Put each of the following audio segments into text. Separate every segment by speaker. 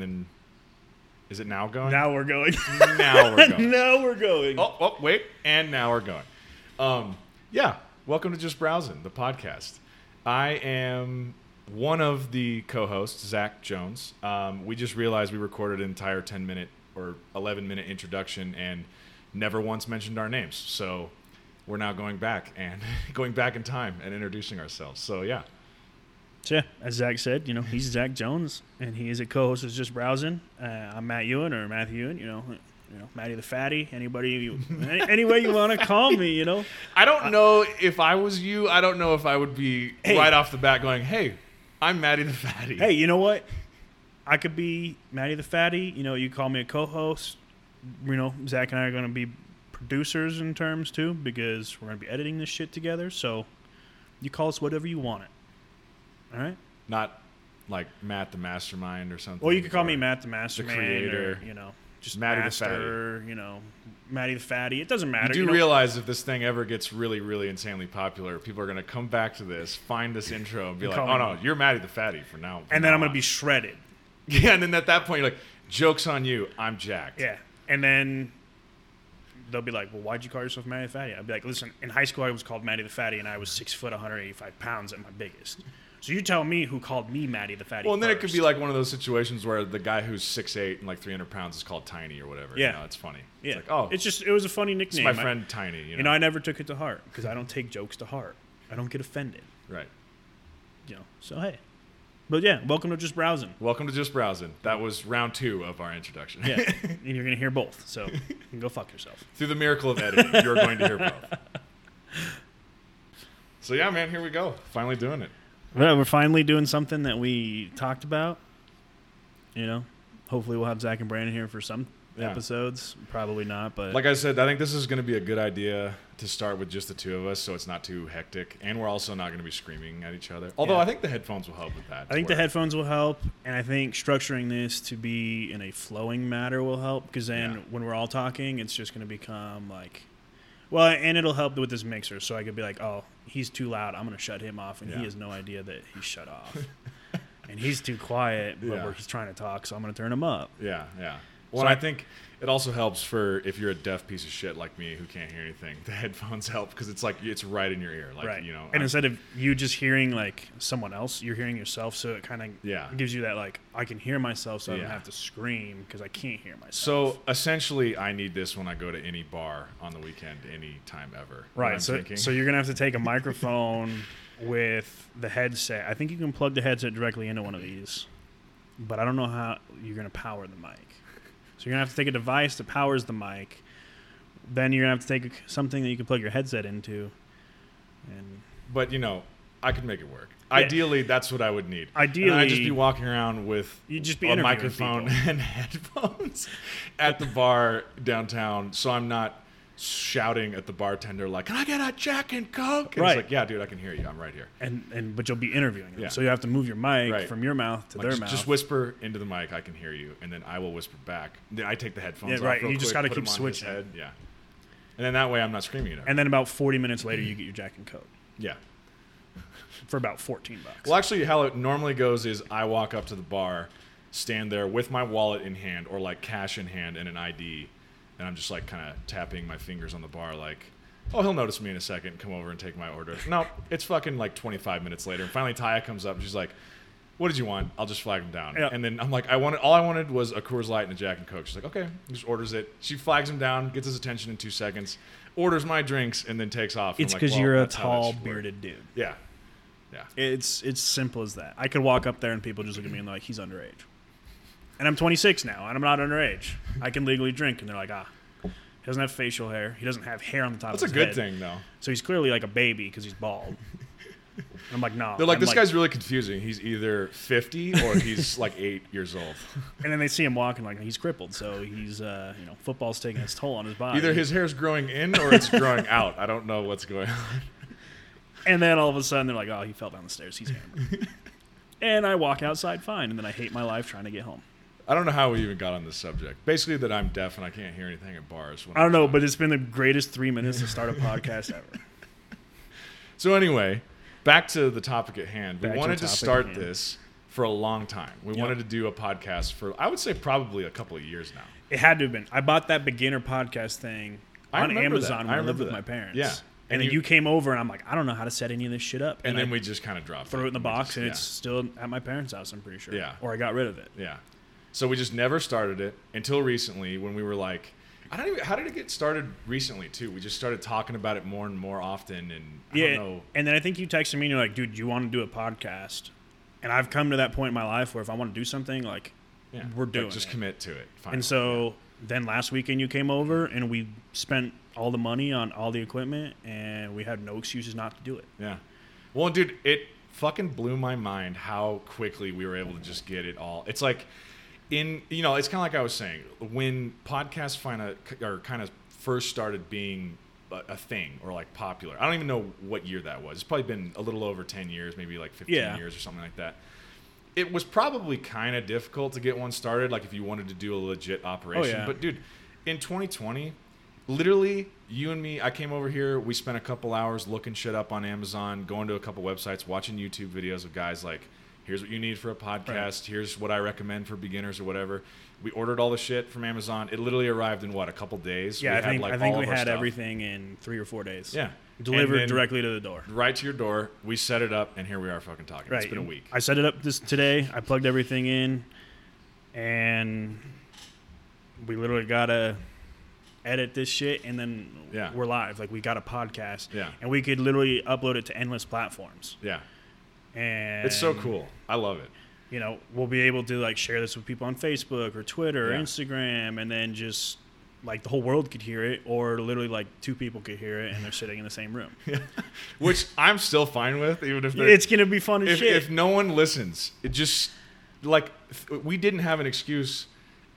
Speaker 1: then is it now going?
Speaker 2: Now we're going.
Speaker 1: Now we're going.
Speaker 2: now we're going.
Speaker 1: Oh, oh, wait, and now we're going. Um, yeah, welcome to Just Browsing, the podcast. I am one of the co-hosts, Zach Jones. Um, we just realized we recorded an entire ten-minute or eleven-minute introduction and never once mentioned our names. So we're now going back and going back in time and introducing ourselves. So yeah,
Speaker 2: So, yeah, as Zach said, you know, he's Zach Jones, and he is a co-host of Just Browsing. Uh, I'm Matt Ewan, or Matthew Ewan, you know, you know, Matty the Fatty, anybody, you, any, any way you want to call me, you know.
Speaker 1: I don't know if I was you. I don't know if I would be
Speaker 2: Hey.
Speaker 1: right off the bat going, "Hey, I'm Maddie the Fatty."
Speaker 2: Hey, you know what? I could be Matty the Fatty. You know, you call me a co-host. You know, Zach and I are going to be producers in terms too, because we're going to be editing this shit together. So, you call us whatever you want it. All right.
Speaker 1: not like Matt the Mastermind or something.
Speaker 2: Or you could call me Matt the Masterman,
Speaker 1: creator.
Speaker 2: or you know, just
Speaker 1: Matty the
Speaker 2: Master, you know, Matty the Fatty. It doesn't
Speaker 1: I
Speaker 2: matter.
Speaker 1: do
Speaker 2: you know.
Speaker 1: realize if this thing ever gets really, really insanely popular, people are gonna come back to this, find this intro, and be like,
Speaker 2: call
Speaker 1: "Oh
Speaker 2: me
Speaker 1: no, you're Maddie the Fatty for now."
Speaker 2: and then I'm gonna be shredded.
Speaker 1: yeah. And then at that point, you're like, "Jokes on you, I'm jacked."
Speaker 2: Yeah. And then they'll be like, "Well, why'd you call yourself Matty the Fatty?" I'd be like, "Listen, in high school I was called Matty the Fatty, and I was six foot, 185 pounds at my biggest. So you tell me who called me Matty the Fatty."
Speaker 1: Well, and then it could be
Speaker 2: first.
Speaker 1: like one of those situations where the guy who's six eight and like three hundred pounds is called Tiny or whatever.
Speaker 2: Yeah.
Speaker 1: you know, it's funny.
Speaker 2: yeah.
Speaker 1: it's like, oh,
Speaker 2: it's just it was a funny
Speaker 1: it's
Speaker 2: nickname.
Speaker 1: my
Speaker 2: I-
Speaker 1: friend Tiny. You know,
Speaker 2: you know, I never took it to heart because I don't take jokes to heart. I don't get offended.
Speaker 1: right.
Speaker 2: You know. So hey, but yeah, welcome to just browsing.
Speaker 1: Welcome to Just Browsing. That was round two of our introduction.
Speaker 2: Yeah, and you're gonna hear both. So you can go fuck yourself.
Speaker 1: Through the miracle of editing, you're going to hear both. So yeah, man, here we go. Finally doing it.
Speaker 2: Well, we're finally doing something that we talked about. You know, hopefully we'll have Zach and Brandon here for some
Speaker 1: Yeah.
Speaker 2: episodes. Probably not, but
Speaker 1: Like I said, I think this is going to be a good idea to start with just the two of us, so it's not too hectic, and we're also not going to be screaming at each other. Although
Speaker 2: Yeah.
Speaker 1: I think the headphones will help with that.
Speaker 2: I think the
Speaker 1: where-
Speaker 2: headphones will help, and I think structuring this to be in a flowing matter will help because then
Speaker 1: Yeah.
Speaker 2: when we're all talking, it's just going to become like, well, and it'll help with this mixer, so I could be like, oh, he's too loud, I'm going to shut him off, and
Speaker 1: Yeah.
Speaker 2: he has no idea that he's shut off, and he's too quiet, but
Speaker 1: Yeah.
Speaker 2: we're, he's trying to talk, so I'm going to turn him up.
Speaker 1: Yeah, yeah. Well,
Speaker 2: So
Speaker 1: and
Speaker 2: I-
Speaker 1: I think it also helps for if you're a deaf piece of shit like me who can't hear anything. The headphones help because it's like it's right in your ear, like
Speaker 2: right.
Speaker 1: you know.
Speaker 2: and
Speaker 1: I-
Speaker 2: instead of you just hearing like someone else, you're hearing yourself. So it kind of
Speaker 1: Yeah.
Speaker 2: gives you that like I can hear myself, so I
Speaker 1: Yeah.
Speaker 2: don't have to scream because I can't hear myself.
Speaker 1: so essentially, I need this when I go to any bar on the weekend, any time ever. when I'm
Speaker 2: right, so
Speaker 1: drinking.
Speaker 2: so you're gonna have to take a microphone with the headset. I think you can plug the headset directly into one of these, but I don't know how you're gonna power the mic. So you're gonna have to take a device that powers the mic. Then you're gonna have to take a, something that you can plug your headset into, and
Speaker 1: but you know, I could make it work.
Speaker 2: Yeah.
Speaker 1: Ideally, that's what I would need. and I'd just
Speaker 2: Ideally-
Speaker 1: be walking around with
Speaker 2: You'd just be
Speaker 1: a
Speaker 2: interviewing
Speaker 1: microphone
Speaker 2: people.
Speaker 1: and headphones at the bar downtown, so I'm not shouting at the bartender like, "Can I get a Jack and Coke?" And
Speaker 2: Right.
Speaker 1: It's like, yeah, dude, I can hear you. I'm right here.
Speaker 2: and, and but you'll be interviewing them,
Speaker 1: Yeah.
Speaker 2: so you have to move your mic
Speaker 1: Right.
Speaker 2: from your mouth to
Speaker 1: Like,
Speaker 2: their
Speaker 1: just,
Speaker 2: mouth.
Speaker 1: just whisper into the mic. I can hear you, and then I will whisper back. Then I take the headphones.
Speaker 2: Yeah,
Speaker 1: off
Speaker 2: right,
Speaker 1: real
Speaker 2: you just
Speaker 1: quick,
Speaker 2: gotta
Speaker 1: put 'em
Speaker 2: keep
Speaker 1: on his
Speaker 2: switching.
Speaker 1: head, Yeah, and then that way I'm not screaming at him.
Speaker 2: and then about 40 minutes later you get your jack and coke
Speaker 1: yeah.
Speaker 2: for about 14 bucks
Speaker 1: Well, actually, how it normally goes is I walk up to the bar, stand there with my wallet in hand or like cash in hand and an ID, and I'm just like kind of tapping my fingers on the bar, like, oh, he'll notice me in a second, come over and take my order. no, it's fucking like 25 minutes later, and finally Taya comes up and she's like, what did you want? I'll just flag him down.
Speaker 2: Yeah.
Speaker 1: And then I'm like, I wanted all I wanted was a Coors Light and a Jack and Coke. She's like, okay, just orders it. She flags him down, gets his attention in two seconds, orders my drinks, and then takes off. And
Speaker 2: it's
Speaker 1: I'm like,
Speaker 2: because
Speaker 1: well,
Speaker 2: you're a
Speaker 1: that's how that
Speaker 2: tall
Speaker 1: should work.
Speaker 2: bearded dude
Speaker 1: Yeah, yeah.
Speaker 2: it's it's simple as that i could walk up there and people just look at me and they're like he's underage and i'm 26 now and i'm not underage i can legally drink and they're like ah he doesn't have facial hair he doesn't have hair on the top
Speaker 1: That's a
Speaker 2: of his
Speaker 1: good
Speaker 2: head.
Speaker 1: thing though.
Speaker 2: so he's clearly like a baby because he's bald and i'm like nah
Speaker 1: They're like,
Speaker 2: I'm
Speaker 1: this guy's really confusing. He's either 50 or he's like eight years old.
Speaker 2: and then they see him walking like he's crippled so he's uh you know football's taking its toll on his body
Speaker 1: Either his hair's growing in or it's growing out. I don't know what's going on.
Speaker 2: And then all of a sudden, they're like, "Oh, he fell down the stairs. He's hammered." and I walk outside fine, and then I hate my life trying to get home.
Speaker 1: I don't know how we even got on this subject. Basically, that I'm deaf and I can't hear anything at bars. When
Speaker 2: I don't
Speaker 1: I'm
Speaker 2: know,
Speaker 1: drunk.
Speaker 2: but it's been the greatest three minutes to start a podcast ever.
Speaker 1: So, anyway, back to the topic at hand. We
Speaker 2: Back to the
Speaker 1: wanted to
Speaker 2: topic at
Speaker 1: start
Speaker 2: hand.
Speaker 1: this for a long time. We wanted to do a podcast for I would say probably a couple of years now.
Speaker 2: It had to have been. I bought that beginner podcast thing
Speaker 1: I
Speaker 2: on
Speaker 1: remember that.
Speaker 2: Amazon
Speaker 1: I
Speaker 2: when I, lived
Speaker 1: remember
Speaker 2: with
Speaker 1: that.
Speaker 2: my parents.
Speaker 1: Yeah.
Speaker 2: And,
Speaker 1: And
Speaker 2: then
Speaker 1: you-
Speaker 2: you came over, and I'm like, I don't know how to set any of this shit up.
Speaker 1: And
Speaker 2: I
Speaker 1: then we just kind of dropped
Speaker 2: threw it in the
Speaker 1: We
Speaker 2: box,
Speaker 1: just-
Speaker 2: and
Speaker 1: yeah.
Speaker 2: it's still at my parents' house. I'm pretty sure.
Speaker 1: Yeah.
Speaker 2: Or I got rid of it.
Speaker 1: Yeah. So we just never started it until recently when we were like, I don't even, how did it get started recently too? We just started talking about it more and more often and I
Speaker 2: yeah.
Speaker 1: don't know.
Speaker 2: And then I think you texted me, and you're like, dude, you want to do a podcast? And I've come to that point in my life where if I want to do something, like,
Speaker 1: Yeah.
Speaker 2: we're
Speaker 1: Like,
Speaker 2: doing
Speaker 1: just
Speaker 2: it.
Speaker 1: commit to it. Finally.
Speaker 2: And so then last weekend you came over and we spent all the money on all the equipment and we had no excuses not to do it.
Speaker 1: Yeah. Well, dude, it fucking blew my mind how quickly we were able to just get it all. It's like in you know, it's kind of like I was saying when podcasts find a or kind of first started being a, a thing or like popular. I don't even know what year that was. It's probably been a little over 10 years, maybe like 15
Speaker 2: Yeah.
Speaker 1: years or something like that. It was probably kind of difficult to get one started like if you wanted to do a legit operation,
Speaker 2: Oh, yeah.
Speaker 1: but dude, in 2020, literally you and me, I came over here, we spent a couple hours looking shit up on Amazon, going to a couple websites, watching YouTube videos of guys like, here's what you need for a podcast,
Speaker 2: Right.
Speaker 1: here's what I recommend for beginners or whatever. We ordered all the shit from Amazon. It literally arrived in what, a couple days?
Speaker 2: Yeah,
Speaker 1: we
Speaker 2: I think I
Speaker 1: all
Speaker 2: think we
Speaker 1: of our
Speaker 2: had
Speaker 1: stuff
Speaker 2: everything in three or four days.
Speaker 1: Yeah. And
Speaker 2: Delivered
Speaker 1: then-
Speaker 2: directly to the door.
Speaker 1: Right to your door. We set it up and here we are fucking talking.
Speaker 2: Right.
Speaker 1: It's been a week.
Speaker 2: I set it up this today. I plugged everything in and we literally gotta edit this shit and then
Speaker 1: Yeah.
Speaker 2: we're live. Like we got a podcast.
Speaker 1: Yeah.
Speaker 2: And we could literally upload it to endless platforms.
Speaker 1: yeah.
Speaker 2: And
Speaker 1: It's so cool. I love it.
Speaker 2: you know, we'll be able to like share this with people on Facebook or Twitter
Speaker 1: Yeah.
Speaker 2: or Instagram, and then just like the whole world could hear it, or literally like two people could hear it, and they're sitting in the same room.
Speaker 1: Which I'm still fine with, even if they're-
Speaker 2: it's gonna be fun as
Speaker 1: if,
Speaker 2: shit.
Speaker 1: if no one listens, it just like th- we didn't have an excuse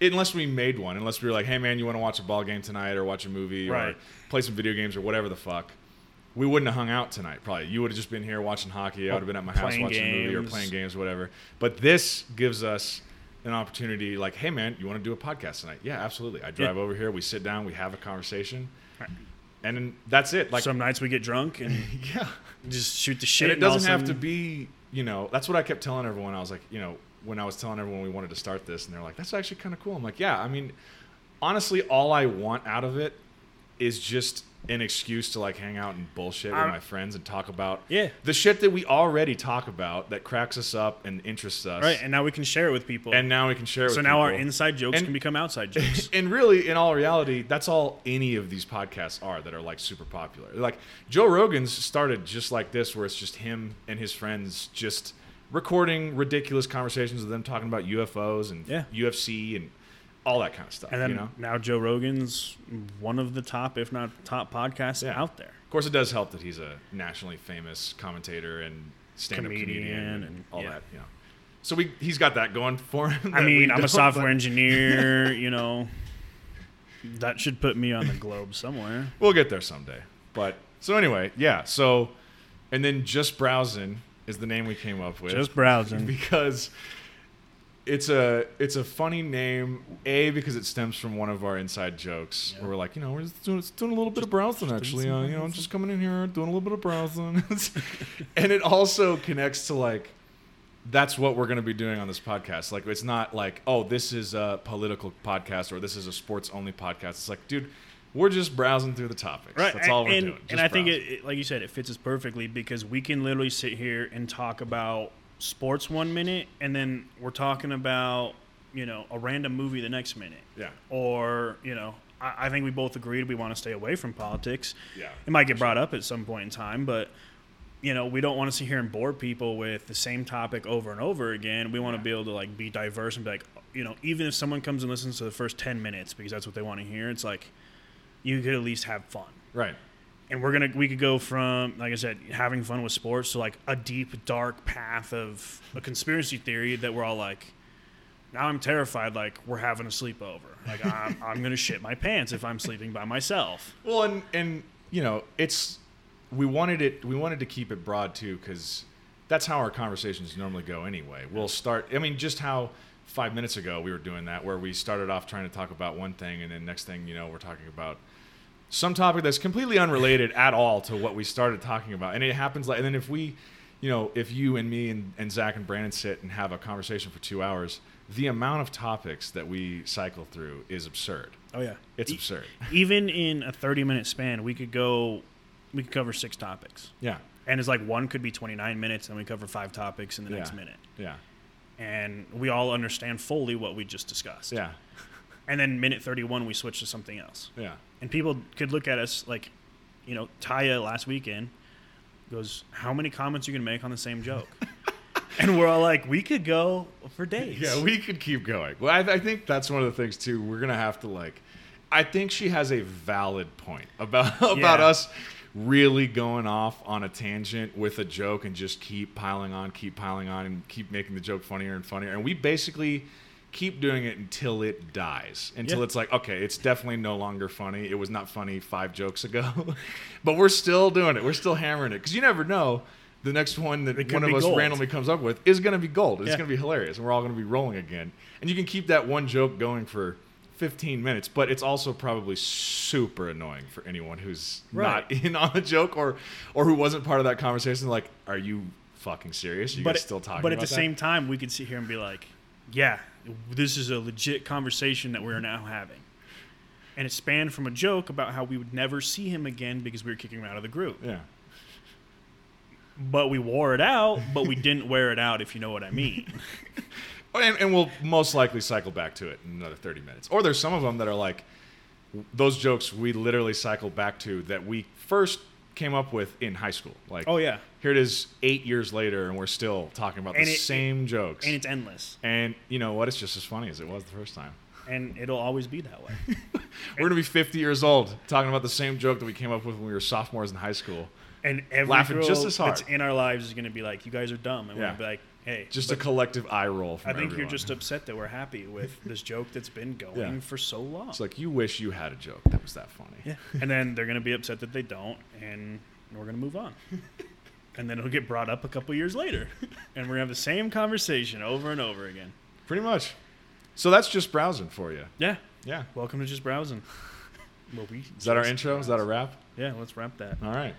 Speaker 1: unless we made one. Unless we were like, "Hey man, you want to watch a ball game tonight, or watch a movie, or
Speaker 2: Right.
Speaker 1: play some video games, or whatever the fuck." We wouldn't have hung out tonight. Probably you would have just been here watching hockey. I would have been at my house
Speaker 2: playing
Speaker 1: watching a movie or
Speaker 2: games.
Speaker 1: playing games, or whatever. But this gives us an opportunity. Like, hey man, you want to do a podcast tonight? Yeah, absolutely. I drive over here. We sit down. We have a conversation,
Speaker 2: Right.
Speaker 1: and then that's it. Like,
Speaker 2: Some nights we get drunk and
Speaker 1: yeah.
Speaker 2: just shoot the shit.
Speaker 1: And it doesn't
Speaker 2: all
Speaker 1: have
Speaker 2: of a
Speaker 1: to
Speaker 2: sudden-
Speaker 1: be, you know, that's what I kept telling everyone. I was like, you know, when I was telling everyone we wanted to start this, and they're like, that's actually kind of cool. I'm like, yeah, I mean, honestly, all I want out of it is just an excuse to like hang out and bullshit with
Speaker 2: I'm-
Speaker 1: my friends and talk about
Speaker 2: Yeah.
Speaker 1: the shit that we already talk about that cracks us up and interests us.
Speaker 2: right, and now we can share it with people.
Speaker 1: And now we can share it
Speaker 2: so
Speaker 1: with
Speaker 2: now our
Speaker 1: people.
Speaker 2: inside jokes
Speaker 1: And-
Speaker 2: can become outside jokes.
Speaker 1: And really, in all reality, that's all any of these podcasts are that are like super popular. Like Joe Rogan's started just like this, where it's just him and his friends just recording ridiculous conversations with them talking about UFOs and
Speaker 2: Yeah.
Speaker 1: UFC and all that kind of stuff.
Speaker 2: and then
Speaker 1: you know,
Speaker 2: now Joe Rogan's one of the top, if not top, podcasts
Speaker 1: Yeah.
Speaker 2: out there.
Speaker 1: of course, it does help that he's a nationally famous commentator and stand-up comedian,
Speaker 2: Comedian
Speaker 1: and,
Speaker 2: and-
Speaker 1: all
Speaker 2: yeah.
Speaker 1: that. You know, so we he's got that going for him.
Speaker 2: I
Speaker 1: that we
Speaker 2: mean, I'm
Speaker 1: don't,
Speaker 2: a
Speaker 1: but-
Speaker 2: software engineer, you know. That should put me on the globe somewhere.
Speaker 1: We'll get there someday. But so anyway, yeah. So, and then just browsing is the name we came up with
Speaker 2: Just browsing.
Speaker 1: because it's a it's a funny name. A because it stems from one of our inside jokes where we're like, you know, we're just doing, just doing a little bit of browsing actually. Uh, you know, I'm just coming in here doing a little bit of browsing, and it also connects to like. That's what we're going to be doing on this podcast. Like, it's not like, oh, this is a political podcast or this is a sports only podcast. It's like, dude, we're just browsing through the topics.
Speaker 2: Right.
Speaker 1: That's all we're
Speaker 2: and,
Speaker 1: doing.
Speaker 2: And
Speaker 1: just
Speaker 2: I think,
Speaker 1: browsing.
Speaker 2: it, it, like you said, it fits us perfectly because we can literally sit here and talk about sports one minute and then we're talking about, you know, a random movie the next minute.
Speaker 1: Yeah.
Speaker 2: Or, you know, I, I think we both agreed we want to stay away from politics.
Speaker 1: Yeah.
Speaker 2: It might get brought up at some point in time, but you know, we don't want to sit here and bore people with the same topic over and over again. We want to be able to like be diverse and be like, you know, even if someone comes and listens to the first 10 minutes because that's what they want to hear, it's like you could at least have fun.
Speaker 1: Right.
Speaker 2: And we're going to we could go from like I said, having fun with sports to like a deep dark path of a conspiracy theory that we're all like now I'm terrified like we're having a sleepover. Like I'm, I'm going to shit my pants if I'm sleeping by myself.
Speaker 1: Well, and and you know, it's we wanted it. We wanted to keep it broad too, because that's how our conversations normally go. Anyway, we'll start. I mean, just how five minutes ago we were doing that, where we started off trying to talk about one thing, and then next thing you know, we're talking about some topic that's completely unrelated at all to what we started talking about. And it happens like, and then if we you know, if you and me and, and Zach and Brandon sit and have a conversation for two hours, the amount of topics that we cycle through is absurd.
Speaker 2: Oh yeah,
Speaker 1: It's
Speaker 2: E-
Speaker 1: absurd.
Speaker 2: even in a thirty-minute span, we could go, we could cover six topics,
Speaker 1: Yeah.
Speaker 2: and it's like one could be twenty-nine minutes, and we cover five topics in the next
Speaker 1: Yeah.
Speaker 2: minute,
Speaker 1: Yeah.
Speaker 2: and we all understand fully what we just discussed.
Speaker 1: Yeah.
Speaker 2: And then minute thirty-one, we switch to something else.
Speaker 1: Yeah.
Speaker 2: and people could look at us like, you know, Taya last weekend goes, "How many comments are you gonna make on the same joke?" and we're all like, "We could go for days."
Speaker 1: Yeah, we could keep going. Well, I, I think that's one of the things too. We're gonna have to like. I think she has a valid point about about
Speaker 2: Yeah.
Speaker 1: us really going off on a tangent with a joke and just keep piling on, keep piling on, and keep making the joke funnier and funnier. And we basically keep doing it until it dies, until
Speaker 2: Yeah.
Speaker 1: it's like, okay, it's definitely no longer funny. It was not funny five jokes ago, but we're still doing it. We're still hammering it because you never know. The next one that
Speaker 2: It could
Speaker 1: one of
Speaker 2: be
Speaker 1: us
Speaker 2: gold.
Speaker 1: randomly comes up with is going to be gold. It's
Speaker 2: Yeah.
Speaker 1: going to be hilarious, and we're all going to be rolling again. And you can keep that one joke going for 15 minutes, but it's also probably super annoying for anyone who's not
Speaker 2: Right.
Speaker 1: in on the joke or or who wasn't part of that conversation. Like, are you fucking serious? Are you
Speaker 2: but
Speaker 1: guys still talking?
Speaker 2: But at
Speaker 1: about
Speaker 2: the
Speaker 1: that?
Speaker 2: same time, we could sit here and be like, "Yeah, this is a legit conversation that we're now having." And it spanned from a joke about how we would never see him again because we were kicking him out of the group.
Speaker 1: yeah,
Speaker 2: But we wore it out, but we didn't wear it out, if you know what I mean.
Speaker 1: Oh, and, and we'll most likely cycle back to it in another 30 minutes. Or there's some of them that are like those jokes we literally cycle back to that we first came up with in high school. Like,
Speaker 2: Oh, yeah.
Speaker 1: here it is, eight years later, and we're still talking about
Speaker 2: And
Speaker 1: the
Speaker 2: it-
Speaker 1: same jokes.
Speaker 2: And it's endless.
Speaker 1: And you know what? It's just as funny as it was the first time.
Speaker 2: And it'll always be that way.
Speaker 1: We're gonna be 50 years old talking about the same joke that we came up with when we were sophomores in high school.
Speaker 2: and every
Speaker 1: Laughing
Speaker 2: girl
Speaker 1: just as hard.
Speaker 2: that's in our lives is going to be like, "You guys are dumb," and we're
Speaker 1: Yeah.
Speaker 2: going to be like, "Hey,
Speaker 1: Just a collective eye roll
Speaker 2: I
Speaker 1: from
Speaker 2: think you're
Speaker 1: everyone.
Speaker 2: just upset that we're happy with this joke that's been going
Speaker 1: Yeah.
Speaker 2: for so long."
Speaker 1: It's like you wish you had a joke that was that funny.
Speaker 2: yeah, and then they're going to be upset that they don't, and we're going to move on. and then it'll get brought up a couple years later, and we're going to have the same conversation over and over again.
Speaker 1: Pretty much. So that's just browsing for you.
Speaker 2: Yeah,
Speaker 1: Yeah.
Speaker 2: welcome to just browsing. Well, we
Speaker 1: Is that our intro? Is that a wrap?
Speaker 2: Yeah, let's wrap that.
Speaker 1: All right.